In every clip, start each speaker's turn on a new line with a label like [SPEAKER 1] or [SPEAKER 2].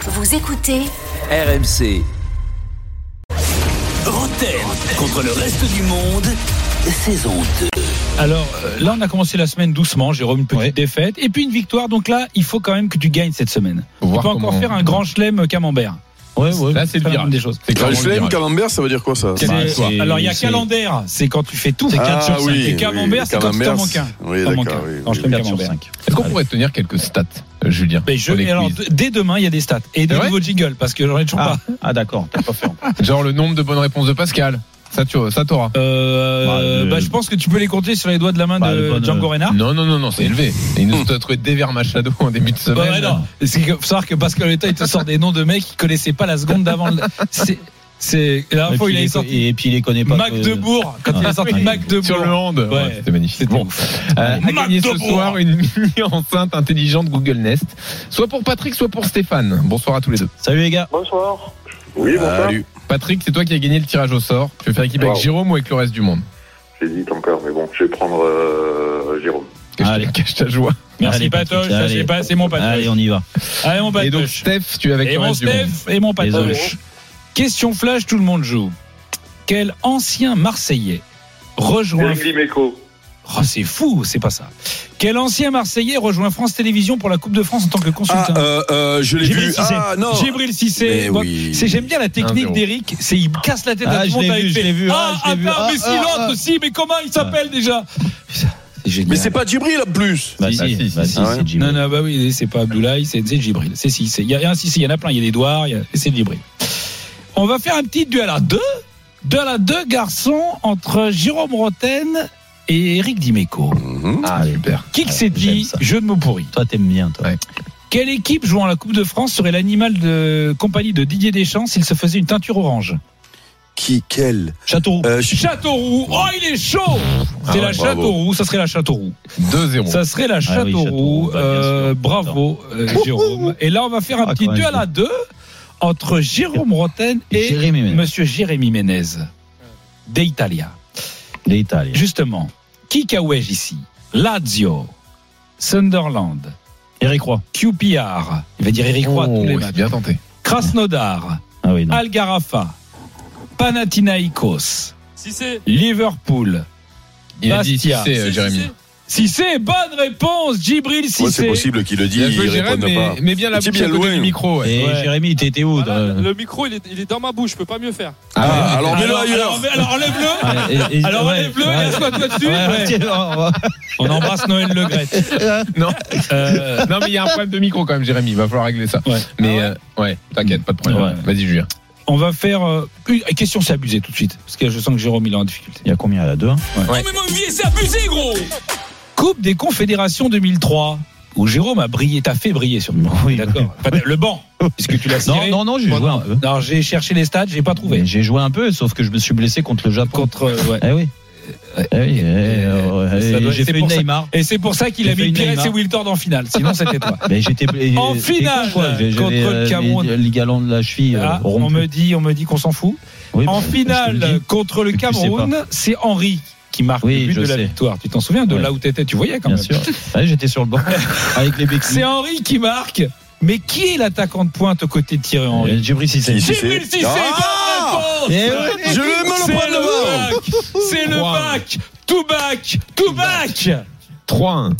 [SPEAKER 1] Vous écoutez
[SPEAKER 2] RMC.
[SPEAKER 3] Roten contre le reste du monde, saison 2.
[SPEAKER 4] Alors euh, là, on a commencé la semaine doucement, Jérôme, une petite défaite, et puis une victoire. Donc là, il faut quand même que tu gagnes cette semaine.
[SPEAKER 5] Faut
[SPEAKER 4] tu
[SPEAKER 5] voir
[SPEAKER 4] peux encore
[SPEAKER 5] comment-
[SPEAKER 4] faire un grand chelem camembert.
[SPEAKER 5] Ouais, ouais.
[SPEAKER 4] Là, c'est le
[SPEAKER 5] la
[SPEAKER 4] virage.
[SPEAKER 5] même des choses.
[SPEAKER 4] C'est
[SPEAKER 6] Un Schlem camembert, ça veut dire quoi ça
[SPEAKER 4] C'est-
[SPEAKER 5] Bah, c'est-
[SPEAKER 4] Alors il y a
[SPEAKER 5] c'est-
[SPEAKER 4] calendaire, c'est quand tu fais tout. C'est
[SPEAKER 6] Ah
[SPEAKER 4] quatre sur cinq.
[SPEAKER 6] oui,
[SPEAKER 4] Et camembert,
[SPEAKER 6] oui,
[SPEAKER 4] c'est quand tu t'en
[SPEAKER 6] camembert,
[SPEAKER 4] manques un.
[SPEAKER 6] c'est- oui,
[SPEAKER 4] T'en
[SPEAKER 6] d'accord,
[SPEAKER 4] manques un.
[SPEAKER 6] oui,
[SPEAKER 4] Dans le
[SPEAKER 6] oui.
[SPEAKER 4] chelem
[SPEAKER 6] Quatre
[SPEAKER 4] camembert.
[SPEAKER 5] Est-ce qu'on pourrait tenir quelques stats, euh, Julien
[SPEAKER 4] Mais Ben, je-
[SPEAKER 5] sur les
[SPEAKER 4] et alors,
[SPEAKER 5] quiz
[SPEAKER 4] d- dès demain, il y a des stats. Et de
[SPEAKER 5] C'est vrai
[SPEAKER 4] nouveaux jingles, parce que j'en ai toujours
[SPEAKER 7] Ah,
[SPEAKER 4] pas.
[SPEAKER 7] ah, d'accord, t'as pas fait encore.
[SPEAKER 5] Genre le nombre de bonnes réponses de Pascal. Ça, tu, ça t'aura.
[SPEAKER 4] Euh,
[SPEAKER 7] Bah, le-
[SPEAKER 4] bah, je pense que tu peux les compter sur les doigts de la main
[SPEAKER 7] Bah,
[SPEAKER 4] de
[SPEAKER 7] le bon,
[SPEAKER 4] Django
[SPEAKER 7] euh,
[SPEAKER 4] Reinhardt.
[SPEAKER 5] Non, non, non, non, c'est élevé. Et il nous a trouvé Dever Machado en début de
[SPEAKER 4] Bah,
[SPEAKER 5] semaine.
[SPEAKER 4] Hmm. ouais, non. C'est que- faut savoir que Pascal Leta, il te sort des noms de mecs qu'il connaissait pas la seconde d'avant. le- C'est, c'est, la dernière
[SPEAKER 7] Et
[SPEAKER 4] fois,
[SPEAKER 7] puis
[SPEAKER 4] Ah, il
[SPEAKER 7] les-
[SPEAKER 4] avait sorti
[SPEAKER 7] Et puis il les connaît pas.
[SPEAKER 4] Mac
[SPEAKER 7] euh,
[SPEAKER 4] Debourg. Quand il a sorti
[SPEAKER 7] oui.
[SPEAKER 4] Mac
[SPEAKER 5] Sur le
[SPEAKER 4] Debourg.
[SPEAKER 5] hand. Ouais,
[SPEAKER 4] Ouais.
[SPEAKER 5] c'était magnifique.
[SPEAKER 4] C'était
[SPEAKER 5] Bon. Euh, à
[SPEAKER 4] Mac
[SPEAKER 5] gagner ce
[SPEAKER 4] Debourg.
[SPEAKER 5] soir une mini enceinte intelligente Google Nest. Soit pour Patrick, soit pour Stéphane. Bonsoir à tous les deux.
[SPEAKER 7] Salut les gars.
[SPEAKER 8] Bonsoir.
[SPEAKER 6] Oui, Salut.
[SPEAKER 5] Patrick, c'est toi qui as gagné le tirage au sort. Tu veux faire équipe avec
[SPEAKER 8] Wow.
[SPEAKER 5] Jérôme ou avec le reste du monde
[SPEAKER 8] J'hésite encore, mais bon, je vais prendre euh, Jérôme.
[SPEAKER 5] Cache ta-
[SPEAKER 7] Allez.
[SPEAKER 5] Cache ta joie.
[SPEAKER 4] Merci,
[SPEAKER 7] Allez,
[SPEAKER 4] Patoche.
[SPEAKER 7] Patrick,
[SPEAKER 4] Ça, je sais
[SPEAKER 7] allez.
[SPEAKER 4] pas, c'est mon Patoche.
[SPEAKER 7] Allez, on y va.
[SPEAKER 4] Allez, mon
[SPEAKER 5] Et donc,
[SPEAKER 4] Patoche.
[SPEAKER 5] Steph, tu es avec
[SPEAKER 4] Et
[SPEAKER 5] le
[SPEAKER 4] mon
[SPEAKER 5] reste du
[SPEAKER 4] Steph
[SPEAKER 5] monde.
[SPEAKER 4] et mon Patoche.
[SPEAKER 7] Désolé.
[SPEAKER 4] Question flash, tout le monde joue. Quel ancien Marseillais rejoint.
[SPEAKER 8] Eric Dimeco.
[SPEAKER 4] Oh, c'est fou, c'est pas ça. Quel ancien Marseillais rejoint France Télévisions pour la Coupe de France en tant que consultant
[SPEAKER 6] Ah, euh, euh, je l'ai
[SPEAKER 4] Gibril
[SPEAKER 6] vu.
[SPEAKER 4] Cissé.
[SPEAKER 6] Ah, non.
[SPEAKER 4] Gibril Cissé.
[SPEAKER 6] Mais
[SPEAKER 4] Bon,
[SPEAKER 6] oui. Ah,
[SPEAKER 4] c'est- J'aime bien la technique
[SPEAKER 5] 1-0.
[SPEAKER 4] d'Eric, c'est il casse la tête à
[SPEAKER 7] Ah,
[SPEAKER 4] tout le
[SPEAKER 7] je
[SPEAKER 4] monde
[SPEAKER 7] l'ai
[SPEAKER 4] avec
[SPEAKER 7] vu,
[SPEAKER 4] ses-
[SPEAKER 7] je l'ai vu,
[SPEAKER 4] Ah,
[SPEAKER 7] ah, je l'ai
[SPEAKER 4] attends,
[SPEAKER 7] vu.
[SPEAKER 4] mais si
[SPEAKER 7] Ah, ah,
[SPEAKER 4] l'autre
[SPEAKER 7] ah.
[SPEAKER 4] aussi, mais comment il s'appelle déjà C'est génial.
[SPEAKER 6] Mais c'est pas Djibril en plus.
[SPEAKER 7] Bah,
[SPEAKER 5] Si,
[SPEAKER 7] si,
[SPEAKER 5] si,
[SPEAKER 7] bah,
[SPEAKER 5] si,
[SPEAKER 7] si,
[SPEAKER 6] ah
[SPEAKER 7] c'est
[SPEAKER 6] ouais.
[SPEAKER 7] Jimmy.
[SPEAKER 4] Non, non, bah oui, c'est pas Abdoulaye, c'est c'est Djibril. C'est si, c'est- il y, a- il y a un si, si, il y en a plein, il y a l'Edouard, il y a- c'est Djibril. On va faire un petit duel à deux, duel à deux garçons entre Jérôme Roten et Eric Dimeco.
[SPEAKER 6] Mhm.
[SPEAKER 7] Ah, allez.
[SPEAKER 5] Super.
[SPEAKER 4] Qui que
[SPEAKER 7] Ouais,
[SPEAKER 4] s'est
[SPEAKER 7] j'aime
[SPEAKER 4] dit,
[SPEAKER 7] ça.
[SPEAKER 4] jeu de mots pourris.
[SPEAKER 7] Toi, t'aimes bien, toi.
[SPEAKER 5] Ouais.
[SPEAKER 4] Quelle équipe jouant la Coupe de France serait l'animal de compagnie de Didier Deschamps s'il se faisait une teinture orange
[SPEAKER 6] Qui, quel
[SPEAKER 4] Châteauroux.
[SPEAKER 6] Euh, je-
[SPEAKER 4] Châteauroux. Oh, il est chaud
[SPEAKER 7] Ah
[SPEAKER 4] C'est
[SPEAKER 5] ouais,
[SPEAKER 4] la
[SPEAKER 6] bravo.
[SPEAKER 4] Châteauroux, ça serait la Châteauroux.
[SPEAKER 5] 2-0.
[SPEAKER 4] Ça serait la Châteauroux.
[SPEAKER 7] Ah Châteauroux, bah, bien
[SPEAKER 4] Euh,
[SPEAKER 7] sûr.
[SPEAKER 4] bravo, euh, Jérôme. Et là, on va faire un
[SPEAKER 7] Ah,
[SPEAKER 4] petit
[SPEAKER 7] quand même.
[SPEAKER 4] duel à deux entre Jérôme Roten et
[SPEAKER 7] Jérémy Ménez,
[SPEAKER 4] Monsieur Jérémy Ménez d'Italia.
[SPEAKER 7] l'Italie.
[SPEAKER 4] Justement, qui cahouège ici Lazio, Sunderland,
[SPEAKER 7] Eric Roy.
[SPEAKER 4] QPR, il va dire Eric Roy
[SPEAKER 5] Oh,
[SPEAKER 4] tous les
[SPEAKER 5] oui,
[SPEAKER 4] matchs,
[SPEAKER 5] bien tenté.
[SPEAKER 4] Krasnodar,
[SPEAKER 7] Ah oui, non.
[SPEAKER 4] Algarafa, Panathinaikos,
[SPEAKER 9] Si
[SPEAKER 4] Euh,
[SPEAKER 9] c'est.
[SPEAKER 4] Liverpool.
[SPEAKER 5] Il a dit si
[SPEAKER 4] Bastia.
[SPEAKER 5] c'est euh, Jérémy.
[SPEAKER 4] Si c'est bonne réponse, Djibril
[SPEAKER 6] Ouais,
[SPEAKER 4] Cissé.
[SPEAKER 6] c'est possible qu'il le dise,
[SPEAKER 5] Bien joué,
[SPEAKER 6] il répond
[SPEAKER 5] Jérémy,
[SPEAKER 6] pas.
[SPEAKER 5] mais, mais bien la
[SPEAKER 6] C'est
[SPEAKER 5] bouche
[SPEAKER 6] bien
[SPEAKER 5] à côté
[SPEAKER 6] loin.
[SPEAKER 5] du micro. ouais.
[SPEAKER 7] Et
[SPEAKER 4] Ouais. Ah,
[SPEAKER 7] Jérémy, t'étais où
[SPEAKER 9] Voilà,
[SPEAKER 7] toi
[SPEAKER 9] le micro, il est, il est dans ma bouche, je peux pas mieux faire.
[SPEAKER 6] Ah, alors mets-le
[SPEAKER 4] alors,
[SPEAKER 6] ailleurs.
[SPEAKER 4] alors, alors, enlève-le.
[SPEAKER 7] Ouais, Ah, et- et-
[SPEAKER 4] Alors
[SPEAKER 7] ouais,
[SPEAKER 4] enlève-le
[SPEAKER 7] ouais.
[SPEAKER 4] et assois-toi dessus.
[SPEAKER 7] Ouais,
[SPEAKER 4] Ouais.
[SPEAKER 7] tiens, on va-
[SPEAKER 4] On embrasse Noël Le Gret.
[SPEAKER 5] Non.
[SPEAKER 4] Euh,
[SPEAKER 5] Non, mais il y a un problème de micro quand même, Jérémy. Il va falloir régler ça.
[SPEAKER 4] Ouais.
[SPEAKER 5] Mais euh, ouais, t'inquiète, pas de problème.
[SPEAKER 7] Ouais.
[SPEAKER 5] Vas-y, Julien.
[SPEAKER 4] on va faire euh, une question, c'est abusé tout de suite. Parce que je sens que Jérôme, il est en difficulté.
[SPEAKER 7] Il y a combien là Deux hein
[SPEAKER 5] Ouais.
[SPEAKER 9] Oh, mais mon billet, c'est abusé, gros
[SPEAKER 4] Coupe des Confédérations 2003. Où Jérôme a brillé, t'as fait briller sur
[SPEAKER 7] Oui,
[SPEAKER 4] D'accord. Enfin, le banc. Puisque tu l'as
[SPEAKER 7] Non,
[SPEAKER 4] tiré.
[SPEAKER 7] non, non, j'ai joué un peu.
[SPEAKER 4] Alors j'ai cherché les stats, j'ai pas trouvé.
[SPEAKER 7] J'ai joué un peu, sauf que je me suis blessé contre le Japon.
[SPEAKER 4] Contre. euh, ouais.
[SPEAKER 7] Eh oui. Eh oui, eh,
[SPEAKER 4] euh,
[SPEAKER 7] eh,
[SPEAKER 4] ça doit-
[SPEAKER 7] j'ai
[SPEAKER 4] c'est
[SPEAKER 7] fait
[SPEAKER 4] pour
[SPEAKER 7] une
[SPEAKER 4] ça-
[SPEAKER 7] Neymar.
[SPEAKER 4] Et c'est pour ça qu'il
[SPEAKER 7] J'ai
[SPEAKER 4] a
[SPEAKER 7] fait
[SPEAKER 4] mis
[SPEAKER 7] une
[SPEAKER 4] Pires
[SPEAKER 7] Neymar.
[SPEAKER 4] et Wiltord en finale. Sinon, c'était toi.
[SPEAKER 7] Mais j'étais
[SPEAKER 4] En
[SPEAKER 7] j'étais
[SPEAKER 4] finale,
[SPEAKER 7] con, quoi. J'avais,
[SPEAKER 4] contre le
[SPEAKER 7] euh,
[SPEAKER 4] Cameroun.
[SPEAKER 7] Les, les galons de la cheville euh,
[SPEAKER 4] Ah, on
[SPEAKER 7] rompus.
[SPEAKER 4] me dit, on me dit qu'on s'en fout.
[SPEAKER 7] Oui,
[SPEAKER 4] En
[SPEAKER 7] bah, je te le dis.
[SPEAKER 4] finale contre le
[SPEAKER 7] que tu sais
[SPEAKER 4] Cameroun, c'est Henri qui marque
[SPEAKER 7] Oui,
[SPEAKER 4] le but
[SPEAKER 7] je
[SPEAKER 4] de la
[SPEAKER 7] sais.
[SPEAKER 4] victoire. Tu t'en souviens de
[SPEAKER 7] Ouais.
[SPEAKER 4] là où t'étais, tu voyais quand
[SPEAKER 7] Bien
[SPEAKER 4] même.
[SPEAKER 7] sûr. Ouais, j'étais sur le banc avec les béquilles.
[SPEAKER 4] C'est Henri qui marque. Mais qui est l'attaquant de pointe aux côtés de Thierry Henry
[SPEAKER 7] Euh, Djibril Cissé.
[SPEAKER 6] Si, si.
[SPEAKER 4] Djibril Cissé,
[SPEAKER 6] Ah
[SPEAKER 4] bonne réponse
[SPEAKER 7] Eh ouais.
[SPEAKER 6] Je vais me le
[SPEAKER 4] C'est
[SPEAKER 6] prendre devant.
[SPEAKER 4] le bac C'est le
[SPEAKER 5] Wow.
[SPEAKER 4] bac Tout bac Tout bac
[SPEAKER 5] 3-1.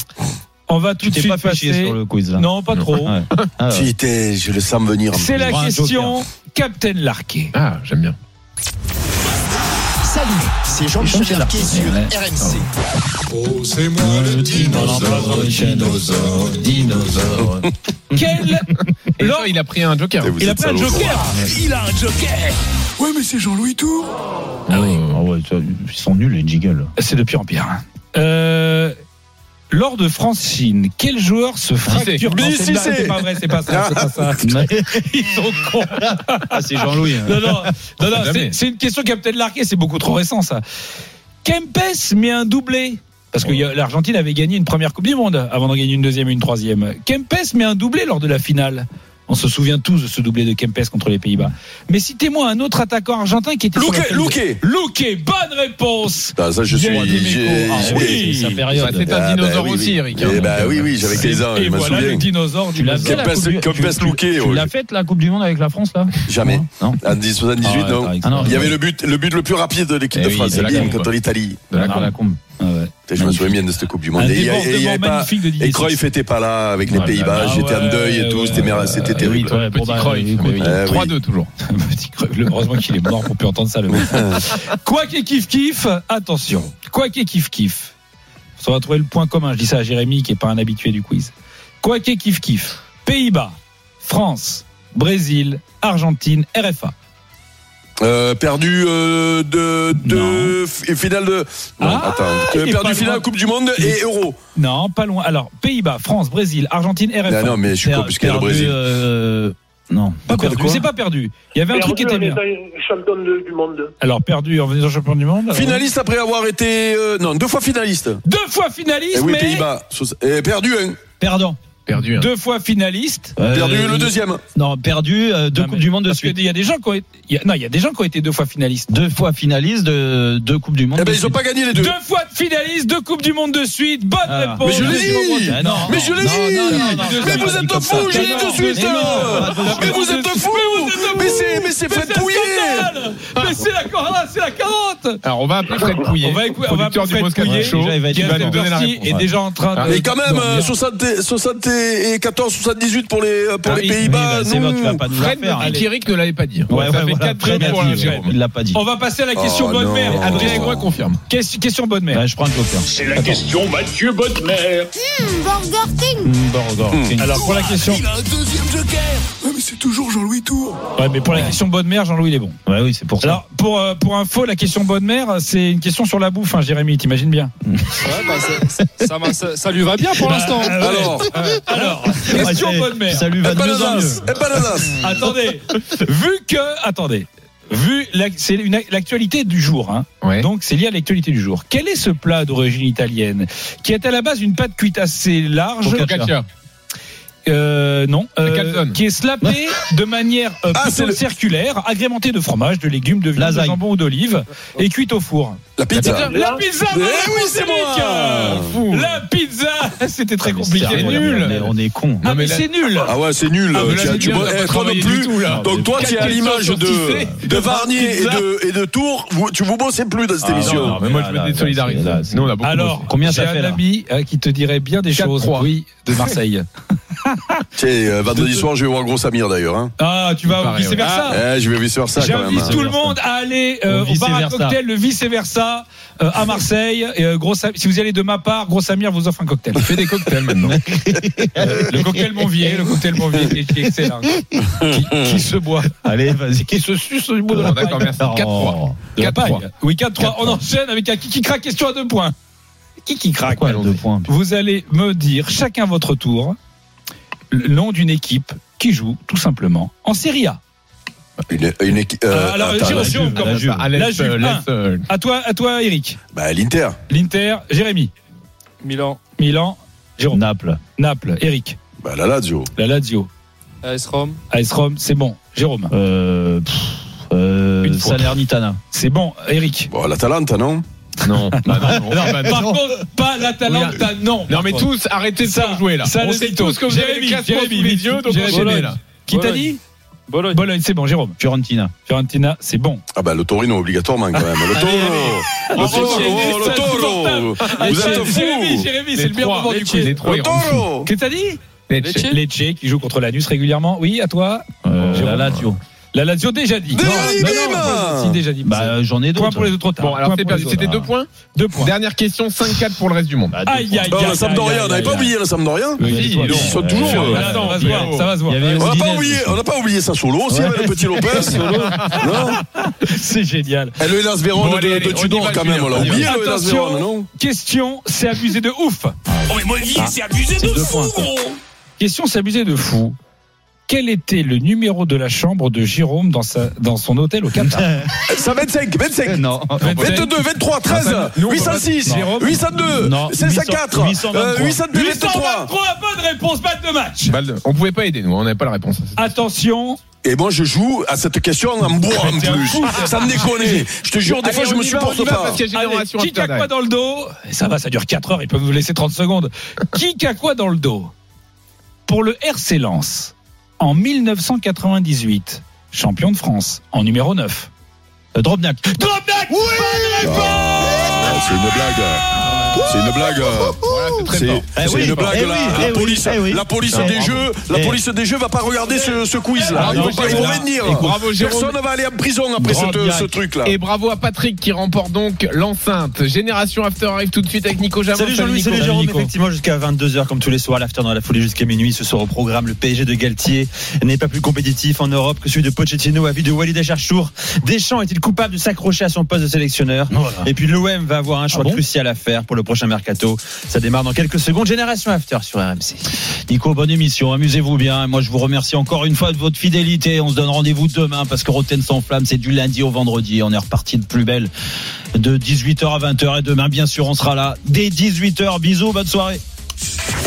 [SPEAKER 4] On va tout
[SPEAKER 7] Tu
[SPEAKER 4] de
[SPEAKER 7] t'es
[SPEAKER 4] suite
[SPEAKER 7] pas fait chier
[SPEAKER 4] passer-
[SPEAKER 7] sur le quiz là.
[SPEAKER 4] Non, pas trop.
[SPEAKER 7] Ouais. Ah, ouais.
[SPEAKER 6] Putain, je le sens venir.
[SPEAKER 4] C'est la
[SPEAKER 7] Je prends un
[SPEAKER 4] question Captain Larquet.
[SPEAKER 5] Ah, j'aime bien.
[SPEAKER 3] Salut, c'est Jean-Michel Larquet sur RMC.
[SPEAKER 4] Quel
[SPEAKER 5] Et
[SPEAKER 4] lors-
[SPEAKER 5] toi, il a pris un joker.
[SPEAKER 6] Et vous
[SPEAKER 4] Il a
[SPEAKER 6] êtes
[SPEAKER 4] plein de
[SPEAKER 6] salaud,
[SPEAKER 4] jokers
[SPEAKER 3] Il a un joker.
[SPEAKER 6] Ouais, mais c'est Jean-Louis Tour.
[SPEAKER 7] Ah ouais, ah ouais, ça, ils sont nuls les jiggles.
[SPEAKER 4] C'est de pire en pire. hein. Euh, lors de France-Chine, quel joueur se fracture
[SPEAKER 6] Mais
[SPEAKER 4] Non, c'est
[SPEAKER 6] si,
[SPEAKER 4] une
[SPEAKER 6] c'est-
[SPEAKER 4] blague, c'est pas vrai, c'est pas ça, c'est pas Ah, ça. Ils sont cons.
[SPEAKER 7] Ah c'est Jean-Louis.
[SPEAKER 4] Non, non, non, non,
[SPEAKER 5] Jamais.
[SPEAKER 4] c'est- c'est une question Captain Larquet, c'est beaucoup trop récent ça. Kempes met un doublé. Parce que y a- l'Argentine avait gagné une première Coupe du Monde avant d'en gagner une deuxième et une troisième. Kempes met un doublé lors de la finale. On se souvient tous de ce doublé de Kempes contre les Pays-Bas. Mais citez-moi un autre attaquant argentin qui était. sur la
[SPEAKER 6] Louquet,
[SPEAKER 4] feuille de-
[SPEAKER 6] Louquet.
[SPEAKER 4] Louquet, bonne réponse
[SPEAKER 6] Ah, ça, je suis.
[SPEAKER 4] Yannick
[SPEAKER 6] j'ai-
[SPEAKER 4] Meko. Ah
[SPEAKER 6] j'ai-
[SPEAKER 4] oui,
[SPEAKER 7] c'est sa période.
[SPEAKER 5] Ça, c'est un
[SPEAKER 6] Ah, bah
[SPEAKER 5] dinosaure
[SPEAKER 6] oui,
[SPEAKER 5] aussi,
[SPEAKER 6] oui.
[SPEAKER 5] Eric.
[SPEAKER 6] Eh
[SPEAKER 5] hein.
[SPEAKER 6] bah oui, oui, j'avais 15 ans,
[SPEAKER 4] Et
[SPEAKER 6] je me
[SPEAKER 4] voilà le
[SPEAKER 6] souviens.
[SPEAKER 4] dinosaure du
[SPEAKER 7] Tu l'as
[SPEAKER 4] Brésil.
[SPEAKER 7] fait la
[SPEAKER 6] Kempes-
[SPEAKER 7] Coupe du-
[SPEAKER 6] Kempes
[SPEAKER 7] tu-
[SPEAKER 6] Louquet,
[SPEAKER 7] Tu
[SPEAKER 6] oh,
[SPEAKER 7] l'as
[SPEAKER 6] je-
[SPEAKER 7] faite la Coupe du Monde avec la France là
[SPEAKER 6] Jamais.
[SPEAKER 7] Ah, Non.
[SPEAKER 6] En 1978,
[SPEAKER 4] Ah ouais,
[SPEAKER 6] non.
[SPEAKER 4] t'as
[SPEAKER 7] Ah non.
[SPEAKER 6] Il y avait le but, le but le plus rapide de l'équipe
[SPEAKER 5] Eh
[SPEAKER 6] de
[SPEAKER 5] oui,
[SPEAKER 6] France,
[SPEAKER 5] de la
[SPEAKER 6] bim,
[SPEAKER 5] Coupe.
[SPEAKER 6] contre l'Italie.
[SPEAKER 5] De la Coupe.
[SPEAKER 4] Ah ouais.
[SPEAKER 6] Putain, Je me souviens bien de cette Coupe du
[SPEAKER 4] Un
[SPEAKER 6] Monde. Et il y a- et il y
[SPEAKER 4] débordement
[SPEAKER 6] avait pas.
[SPEAKER 4] magnifique de Didier
[SPEAKER 6] Et Cruyff
[SPEAKER 4] Six.
[SPEAKER 6] était pas là avec
[SPEAKER 7] Oh
[SPEAKER 6] les
[SPEAKER 7] là
[SPEAKER 6] Pays-Bas.
[SPEAKER 4] là,
[SPEAKER 6] J'étais en
[SPEAKER 4] ouais,
[SPEAKER 6] deuil et tout.
[SPEAKER 4] ouais,
[SPEAKER 6] C'était mer-
[SPEAKER 4] ouais,
[SPEAKER 6] c'était
[SPEAKER 4] ouais,
[SPEAKER 6] terrible.
[SPEAKER 4] ouais,
[SPEAKER 5] Petit
[SPEAKER 4] bon, bah,
[SPEAKER 5] Cruyff,
[SPEAKER 4] écoute,
[SPEAKER 5] mais oui.
[SPEAKER 6] euh, oui.
[SPEAKER 5] 3-2 toujours.
[SPEAKER 4] Petit creux. Le- Heureusement qu'il est mort pour plus entendre ça le mec. Quoi qu'il kiffe kiffe, attention. Quoi qu'il kiffe kiffe. On va trouver le point commun. Je dis ça à Jérémy qui est pas un habitué du quiz. Quoi qu'il kiffe kiffe. Pays-Bas, France, Brésil, Argentine, RFA.
[SPEAKER 6] Euh, perdu euh, de, de f- finale de. Non,
[SPEAKER 4] Ah,
[SPEAKER 6] attends.
[SPEAKER 4] il
[SPEAKER 6] Euh,
[SPEAKER 4] est pas
[SPEAKER 6] perdu finale
[SPEAKER 4] loin.
[SPEAKER 6] Coupe du Monde
[SPEAKER 4] Il
[SPEAKER 6] et
[SPEAKER 4] est-
[SPEAKER 6] Euro.
[SPEAKER 4] Non, pas loin. Alors, Pays-Bas, France, Brésil, Argentine, RFA.
[SPEAKER 6] Ah non, mais je suis
[SPEAKER 7] Per-
[SPEAKER 6] confusqué le
[SPEAKER 7] perdu,
[SPEAKER 6] Brésil.
[SPEAKER 7] euh, Non.
[SPEAKER 4] pas
[SPEAKER 7] Quoi,
[SPEAKER 4] perdu.
[SPEAKER 7] quoi
[SPEAKER 4] C'est pas perdu. Il y avait un truc qui était bien.
[SPEAKER 1] Champion de- du monde.
[SPEAKER 4] Alors, perdu en venant champion du monde. alors.
[SPEAKER 6] Finaliste après avoir été. euh, non, deux fois finaliste.
[SPEAKER 4] Deux fois
[SPEAKER 6] Eh
[SPEAKER 4] finaliste,
[SPEAKER 6] oui,
[SPEAKER 4] mais
[SPEAKER 6] Pays-Bas. Sous- eh, perdu un.
[SPEAKER 7] Perdant.
[SPEAKER 5] Perdu. hein.
[SPEAKER 4] deux fois finaliste.
[SPEAKER 7] Euh,
[SPEAKER 6] Perdu le deuxième. Ah,
[SPEAKER 7] Non, perdu euh, deux
[SPEAKER 4] Non, mais-
[SPEAKER 7] Coupes du Monde de
[SPEAKER 4] Parce
[SPEAKER 7] suite.
[SPEAKER 4] qu'il y a des gens qui ont été, il y a- non, il y a des gens qui ont été deux fois finalistes.
[SPEAKER 7] Deux fois finaliste de deux Coupes du Monde.
[SPEAKER 6] Eh ben,
[SPEAKER 7] de
[SPEAKER 6] ils ont
[SPEAKER 7] suite.
[SPEAKER 6] pas gagné les deux.
[SPEAKER 4] Deux fois de finaliste, deux coupes du monde de suite. Bonne
[SPEAKER 7] Ah.
[SPEAKER 4] réponse.
[SPEAKER 6] Mais je l'ai
[SPEAKER 4] Monsieur
[SPEAKER 6] dit.
[SPEAKER 4] Bretagne.
[SPEAKER 7] Ah, non,
[SPEAKER 6] Mais je l'ai
[SPEAKER 7] non, non, non,
[SPEAKER 6] dit
[SPEAKER 7] non, non,
[SPEAKER 6] Mais
[SPEAKER 7] non,
[SPEAKER 6] vous
[SPEAKER 7] non,
[SPEAKER 6] êtes
[SPEAKER 7] comme
[SPEAKER 6] fou,
[SPEAKER 7] ça.
[SPEAKER 6] j'ai dit
[SPEAKER 7] Non,
[SPEAKER 6] tout de suite
[SPEAKER 7] mais non,
[SPEAKER 6] euh.
[SPEAKER 7] pas de
[SPEAKER 6] Mais
[SPEAKER 7] suite.
[SPEAKER 6] vous êtes fou Mais c'est mais c'est
[SPEAKER 4] Ah, Mais
[SPEAKER 6] Fred
[SPEAKER 4] c'est un
[SPEAKER 6] Pouillet
[SPEAKER 4] scandale. Mais c'est la cor- ah, c'est la carotte.
[SPEAKER 5] Alors, on va appeler Fred Pouillet.
[SPEAKER 4] On va écouter on va appeler
[SPEAKER 5] producteur du
[SPEAKER 4] Fred
[SPEAKER 5] Moscato
[SPEAKER 4] Pouillet,
[SPEAKER 5] Show,
[SPEAKER 7] déjà, il va
[SPEAKER 4] qui
[SPEAKER 7] être
[SPEAKER 4] a
[SPEAKER 5] va nous
[SPEAKER 4] fait
[SPEAKER 5] donner la
[SPEAKER 4] partie
[SPEAKER 5] réponse.
[SPEAKER 4] est déjà en train de
[SPEAKER 6] Mais quand même,
[SPEAKER 4] dormir.
[SPEAKER 6] euh, 60 et- 60 et 14, 78 pour les euh, pour
[SPEAKER 5] Ah
[SPEAKER 6] les
[SPEAKER 5] oui,
[SPEAKER 6] Pays-Bas. hmm.
[SPEAKER 7] Oui, bah, c'est bon, tu vas
[SPEAKER 6] non.
[SPEAKER 7] pas nous
[SPEAKER 5] Fred
[SPEAKER 7] la faire.
[SPEAKER 5] me dit
[SPEAKER 7] allez.
[SPEAKER 5] qu'Eric ne l'avait pas dit.
[SPEAKER 7] Ouais,
[SPEAKER 5] ça
[SPEAKER 7] ouais,
[SPEAKER 5] fait
[SPEAKER 7] voilà,
[SPEAKER 5] 4
[SPEAKER 7] très
[SPEAKER 5] points
[SPEAKER 7] bien
[SPEAKER 5] pour
[SPEAKER 7] dit,
[SPEAKER 5] la
[SPEAKER 7] ouais, Il l'a pas dit.
[SPEAKER 4] On va passer à la question
[SPEAKER 6] Oh,
[SPEAKER 4] bonne
[SPEAKER 6] non.
[SPEAKER 4] mère.
[SPEAKER 5] Adrien et moi confirme.
[SPEAKER 4] Question, question bonne mère.
[SPEAKER 7] Ouais, je prends le joker.
[SPEAKER 2] C'est la question Mathieu Bodmer.
[SPEAKER 4] Alors pour la question,
[SPEAKER 3] Il a un deuxième joker.
[SPEAKER 6] Ouais, mais c'est toujours Jean-Louis Tour.
[SPEAKER 4] ouais, mais pour la question bonne mère, Jean-Louis il est bon.
[SPEAKER 7] Ouais, oui, c'est pour ça.
[SPEAKER 4] Alors pour euh, pour info, la question bonne mère, c'est une question sur la bouffe, hein, Jérémy. T'imagines bien.
[SPEAKER 9] Ouais, bah, ah ça, ça, va- ça- ça lui va bien pour l'instant.
[SPEAKER 6] Alors,
[SPEAKER 4] Bah, Euh, Alors question
[SPEAKER 7] Ouais,
[SPEAKER 4] bonne mère.
[SPEAKER 7] Ça lui va de mieux en
[SPEAKER 6] Bananas,
[SPEAKER 7] mieux.
[SPEAKER 6] Bananas.
[SPEAKER 4] attendez, vu que, attendez, vu la- c'est une- l'actualité du jour, hein.
[SPEAKER 5] Ouais.
[SPEAKER 4] donc c'est lié à l'actualité du jour. Quel est ce plat d'origine italienne qui est à la base une pâte cuite assez large,
[SPEAKER 5] Focaccia.
[SPEAKER 4] euh, non, euh,
[SPEAKER 5] calzone.
[SPEAKER 4] qui est slapée de manière euh,
[SPEAKER 6] Ah, c'est
[SPEAKER 4] plutôt
[SPEAKER 6] le-
[SPEAKER 4] circulaire, agrémentée de fromage, de légumes, de viande, de
[SPEAKER 7] Lasagne.
[SPEAKER 4] jambon ou d'olive, et cuite au four.
[SPEAKER 6] La pizza.
[SPEAKER 4] La pizza,
[SPEAKER 6] Eh
[SPEAKER 4] bonne
[SPEAKER 6] oui,
[SPEAKER 4] réponse,
[SPEAKER 6] c'est moi.
[SPEAKER 4] Eric.
[SPEAKER 5] Fou.
[SPEAKER 4] La pizza, c'était très compliqué.
[SPEAKER 7] Ah, C'est
[SPEAKER 4] pour
[SPEAKER 7] nul.
[SPEAKER 4] lui.
[SPEAKER 7] On est- On est con.
[SPEAKER 4] Ah
[SPEAKER 5] mais
[SPEAKER 4] mais
[SPEAKER 5] là-
[SPEAKER 4] c'est nul.
[SPEAKER 6] Ah ouais, c'est nul.
[SPEAKER 5] Ah, mais
[SPEAKER 6] Tu
[SPEAKER 5] là,
[SPEAKER 6] as-
[SPEAKER 5] c'est
[SPEAKER 6] tu
[SPEAKER 5] nul,
[SPEAKER 6] vois,
[SPEAKER 5] on a pas
[SPEAKER 6] eh, toi non
[SPEAKER 5] travaillé
[SPEAKER 6] plus.
[SPEAKER 5] du tout, là.
[SPEAKER 6] Donc toi, tu es à
[SPEAKER 5] Quatre
[SPEAKER 6] l'image
[SPEAKER 5] questions sur
[SPEAKER 6] de,
[SPEAKER 5] Cissé,
[SPEAKER 6] de
[SPEAKER 5] de
[SPEAKER 6] Varnier et
[SPEAKER 5] Pizza.
[SPEAKER 6] de, et de Tour. Vous, tu vous bossez plus dans cette
[SPEAKER 7] Ah,
[SPEAKER 6] émission.
[SPEAKER 7] non, non,
[SPEAKER 5] mais moi, je
[SPEAKER 7] là,
[SPEAKER 5] me
[SPEAKER 7] là,
[SPEAKER 5] désolidarise.
[SPEAKER 7] là, c'est-
[SPEAKER 5] Nous, on a beaucoup
[SPEAKER 4] Alors,
[SPEAKER 5] bossé.
[SPEAKER 7] Combien
[SPEAKER 4] j'ai
[SPEAKER 7] ça fait,
[SPEAKER 4] un
[SPEAKER 7] là
[SPEAKER 4] ami euh, qui te dirait bien des choses.
[SPEAKER 5] 4-3.
[SPEAKER 4] Oui, de Marseille.
[SPEAKER 6] Tiens, euh, vendredi soir, je vais voir Gros Samir d'ailleurs. Hein.
[SPEAKER 4] Ah, tu
[SPEAKER 5] Il
[SPEAKER 4] vas
[SPEAKER 5] paraît,
[SPEAKER 4] vice
[SPEAKER 5] ouais.
[SPEAKER 4] versa.
[SPEAKER 6] Eh, je vais vice versa quand même.
[SPEAKER 4] J'invite
[SPEAKER 6] hein.
[SPEAKER 4] tout le monde à aller euh,
[SPEAKER 7] Au
[SPEAKER 4] au bar à
[SPEAKER 7] vice-versa.
[SPEAKER 4] cocktail, le vice versa, euh, à Marseille. Et, euh, gros, Sam- si vous y allez de ma part, Gros Samir vous offre un cocktail. Euh,
[SPEAKER 5] Il fait des cocktails maintenant.
[SPEAKER 4] Le cocktail Monvier, le cocktail Monvier qui est- qui est excellent, qui, qui se boit.
[SPEAKER 7] Allez, vas-y. Qui se suce au bout
[SPEAKER 5] de la paille. Oh.
[SPEAKER 7] 4-3.
[SPEAKER 4] De la
[SPEAKER 5] 4-3.
[SPEAKER 4] paille. Oui, 4-3. On enchaîne avec un qui qui craque, question à deux points. Qui qui craque
[SPEAKER 7] Pourquoi deux points
[SPEAKER 4] Vous allez me dire chacun votre tour le nom d'une équipe qui joue tout simplement en Serie A.
[SPEAKER 6] Une, une équipe.
[SPEAKER 4] Euh, alors,
[SPEAKER 6] attends,
[SPEAKER 4] Giroud. on commence.
[SPEAKER 5] Ah, laisse,
[SPEAKER 4] La Juve,
[SPEAKER 5] euh, laisse, euh,
[SPEAKER 4] À toi, à toi, Eric.
[SPEAKER 6] bah, l'Inter.
[SPEAKER 4] L'Inter, Jérémy.
[SPEAKER 9] Milan,
[SPEAKER 4] Milan, Jérôme.
[SPEAKER 7] Naples.
[SPEAKER 4] Naples, Eric.
[SPEAKER 6] Bah, la Lazio.
[SPEAKER 4] La Lazio.
[SPEAKER 9] AS Rome,
[SPEAKER 4] AS Rome, c'est bon. Jérôme.
[SPEAKER 7] Euh, pff, euh,
[SPEAKER 4] Une fois.
[SPEAKER 7] Salernitana.
[SPEAKER 4] C'est bon, Eric.
[SPEAKER 6] Bon, l'Atalanta, non
[SPEAKER 5] Non. Bah, non, non. Bah,
[SPEAKER 4] Par
[SPEAKER 5] non.
[SPEAKER 4] contre, pas l'Atalanta, non.
[SPEAKER 5] Non, mais tous, arrêtez de
[SPEAKER 4] Ça,
[SPEAKER 5] faire jouer là.
[SPEAKER 4] ça,
[SPEAKER 5] on
[SPEAKER 4] le
[SPEAKER 5] sait
[SPEAKER 4] dicton.
[SPEAKER 5] tous que vous avez
[SPEAKER 4] Jérémy,
[SPEAKER 5] les classements sous
[SPEAKER 4] Jérémy,
[SPEAKER 5] les yeux, donc
[SPEAKER 4] Jérémy.
[SPEAKER 5] enchaînez là.
[SPEAKER 4] Qu'Italie
[SPEAKER 9] Bologne.
[SPEAKER 4] Bologne, c'est bon, Jérôme.
[SPEAKER 7] Fiorentina.
[SPEAKER 4] Fiorentina, c'est bon.
[SPEAKER 6] Ah, bah, le Torino, obligatoirement quand même. Le
[SPEAKER 4] Allez,
[SPEAKER 6] Toro
[SPEAKER 4] On
[SPEAKER 6] Le Toro
[SPEAKER 4] enchaîne,
[SPEAKER 6] Le
[SPEAKER 4] c'est
[SPEAKER 6] Toro
[SPEAKER 5] Ah,
[SPEAKER 6] Vous
[SPEAKER 4] Allez,
[SPEAKER 6] êtes
[SPEAKER 4] Jérémy,
[SPEAKER 6] fous
[SPEAKER 4] Jérémy, c'est le meilleur
[SPEAKER 5] trois,
[SPEAKER 4] moment
[SPEAKER 5] les
[SPEAKER 4] du
[SPEAKER 5] Tchè- les
[SPEAKER 4] quiz.
[SPEAKER 5] trois,
[SPEAKER 6] Le
[SPEAKER 5] ils rentrent.
[SPEAKER 6] Toro
[SPEAKER 4] Qu'est-ce que t'as dit
[SPEAKER 5] Lecce.
[SPEAKER 9] Lecce.
[SPEAKER 4] Lecce qui joue contre l'Anus régulièrement. Oui, à toi.
[SPEAKER 7] Euh,
[SPEAKER 4] Jérôme.
[SPEAKER 7] la Lazio.
[SPEAKER 4] La Lazio déjà dit.
[SPEAKER 6] Déjà dit,
[SPEAKER 4] non,
[SPEAKER 6] bim
[SPEAKER 4] non, si, déjà dit.
[SPEAKER 7] Bah, euh, j'en ai
[SPEAKER 4] Point pour les
[SPEAKER 7] d'autres.
[SPEAKER 4] autres trop tard.
[SPEAKER 5] Bon, alors
[SPEAKER 4] Point
[SPEAKER 5] c'est
[SPEAKER 4] pour les
[SPEAKER 5] perdu. C'était
[SPEAKER 4] autres.
[SPEAKER 5] deux points.
[SPEAKER 4] deux points.
[SPEAKER 5] Dernière question, 5-4 pour le reste du monde.
[SPEAKER 7] Bah, deux
[SPEAKER 4] Aïe, aïe, aïe.
[SPEAKER 6] Oh,
[SPEAKER 7] points.
[SPEAKER 4] aïe,
[SPEAKER 6] la
[SPEAKER 4] aïe,
[SPEAKER 6] Sampdoria, on n'avait pas
[SPEAKER 4] aïe,
[SPEAKER 6] oublié la Sampdoria
[SPEAKER 4] aïe. Oui,
[SPEAKER 5] Si,
[SPEAKER 4] dis-toi.
[SPEAKER 5] ils
[SPEAKER 6] sont toujours,
[SPEAKER 4] Euh,
[SPEAKER 6] euh,
[SPEAKER 4] ça va se voir, ça va se voir.
[SPEAKER 7] Il y avait
[SPEAKER 6] on n'a pas
[SPEAKER 7] Udinese
[SPEAKER 6] oublié,
[SPEAKER 7] aussi.
[SPEAKER 6] on n'a pas oublié Sassuolo aussi avec le petit Lopez. non
[SPEAKER 4] C'est génial.
[SPEAKER 6] Et le Hélas Véron
[SPEAKER 5] Bon,
[SPEAKER 6] de,
[SPEAKER 5] allez,
[SPEAKER 6] de
[SPEAKER 5] allez, on y
[SPEAKER 6] Tudor
[SPEAKER 5] va,
[SPEAKER 6] quand même,
[SPEAKER 5] Julien,
[SPEAKER 6] on l'a
[SPEAKER 5] on y va.
[SPEAKER 6] oublié le Hélas
[SPEAKER 4] Attention,
[SPEAKER 6] Véron, non
[SPEAKER 4] question, c'est abusé de ouf.
[SPEAKER 3] Oh mais moi, c'est abusé de
[SPEAKER 4] deux
[SPEAKER 3] fou,
[SPEAKER 4] points, ça.
[SPEAKER 3] gros.
[SPEAKER 4] Question, c'est abusé de fou. Quel était le numéro de la chambre de Jérôme dans, sa, dans son hôtel au Qatar
[SPEAKER 6] Ça, 25, 25.
[SPEAKER 7] Non.
[SPEAKER 6] 22, 23, 13,
[SPEAKER 7] Ah, ça, nous, on peut
[SPEAKER 6] 806,
[SPEAKER 7] pas- non.
[SPEAKER 6] 802,
[SPEAKER 7] Non,
[SPEAKER 6] 704,
[SPEAKER 7] 823.
[SPEAKER 6] euh, 802, 23.
[SPEAKER 4] 823, bonne réponse, batte de match
[SPEAKER 5] Balle de- On pouvait pas aider, nous, hein, on n'avait pas la réponse.
[SPEAKER 4] Attention,
[SPEAKER 6] Et moi, je joue à cette question en bois en plus. Ça me déconne. Je te jure, des fois, je me supporte pas.
[SPEAKER 5] Parce qu'il y a
[SPEAKER 4] allez,
[SPEAKER 5] génération
[SPEAKER 4] qui a
[SPEAKER 5] After
[SPEAKER 4] quoi
[SPEAKER 5] Dark.
[SPEAKER 4] dans le dos Et Ça va, ça dure 4 heures, ils peuvent vous laisser 30 secondes. Qui a quoi dans le dos Pour le RC Lens, en 1998, champion de France, en numéro 9.
[SPEAKER 7] Euh, Drobnak.
[SPEAKER 4] Drobnak
[SPEAKER 6] Ah, C'est une blague. C'est une blague.
[SPEAKER 5] Voilà, c'est très fort.
[SPEAKER 6] C'est
[SPEAKER 7] Eh
[SPEAKER 6] c'est
[SPEAKER 7] oui.
[SPEAKER 6] une blague
[SPEAKER 7] Eh
[SPEAKER 6] là.
[SPEAKER 7] oui,
[SPEAKER 6] la,
[SPEAKER 7] eh oui,
[SPEAKER 6] police,
[SPEAKER 7] eh oui.
[SPEAKER 6] la police
[SPEAKER 7] Eh,
[SPEAKER 6] des
[SPEAKER 7] bravo.
[SPEAKER 6] jeux, la
[SPEAKER 7] Eh.
[SPEAKER 6] police des jeux va pas regarder ce, ce quiz là.
[SPEAKER 5] Ah,
[SPEAKER 6] ils
[SPEAKER 5] non,
[SPEAKER 6] vont pas- ils vont
[SPEAKER 5] Jérôme.
[SPEAKER 6] venir.
[SPEAKER 5] Et bravo, Jérôme.
[SPEAKER 6] Personne va aller en prison après
[SPEAKER 7] Grand
[SPEAKER 6] cette-
[SPEAKER 7] direct.
[SPEAKER 6] ce truc là.
[SPEAKER 5] Et bravo à Patrick qui remporte donc l'enceinte. Génération After arrive tout de suite avec Nico Jamin.
[SPEAKER 7] Salut Jean-Louis, salut
[SPEAKER 5] Nico.
[SPEAKER 7] Jérôme.
[SPEAKER 5] Nico.
[SPEAKER 7] Effectivement, jusqu'à 22h, comme tous les soirs, l'after dans la folie jusqu'à minuit. Ce soir au programme, le PSG de Galtier n'est pas plus compétitif en Europe que celui de Pochettino, avis de Walid Acharchour. Deschamps est-il coupable de s'accrocher à son poste de sélectionneur Et puis l'OM va avoir un choix
[SPEAKER 4] Ah bon
[SPEAKER 7] crucial à faire pour le prochain mercato. Ça démarre dans quelques secondes. Génération After sur RMC. Nico, bonne émission. Amusez-vous bien. Moi, je vous remercie encore une fois de votre fidélité. On se donne rendez-vous demain parce que Rotten sans flamme, c'est du lundi au vendredi. On est reparti de plus belle de 18h à 20h. Et demain, bien sûr, on sera là dès 18h. Bisous, bonne soirée.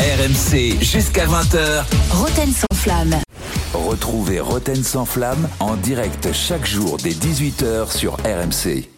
[SPEAKER 3] RMC jusqu'à 20h.
[SPEAKER 10] Roten sans flamme.
[SPEAKER 3] Retrouvez Roten sans flamme en direct chaque jour dès 18h sur RMC.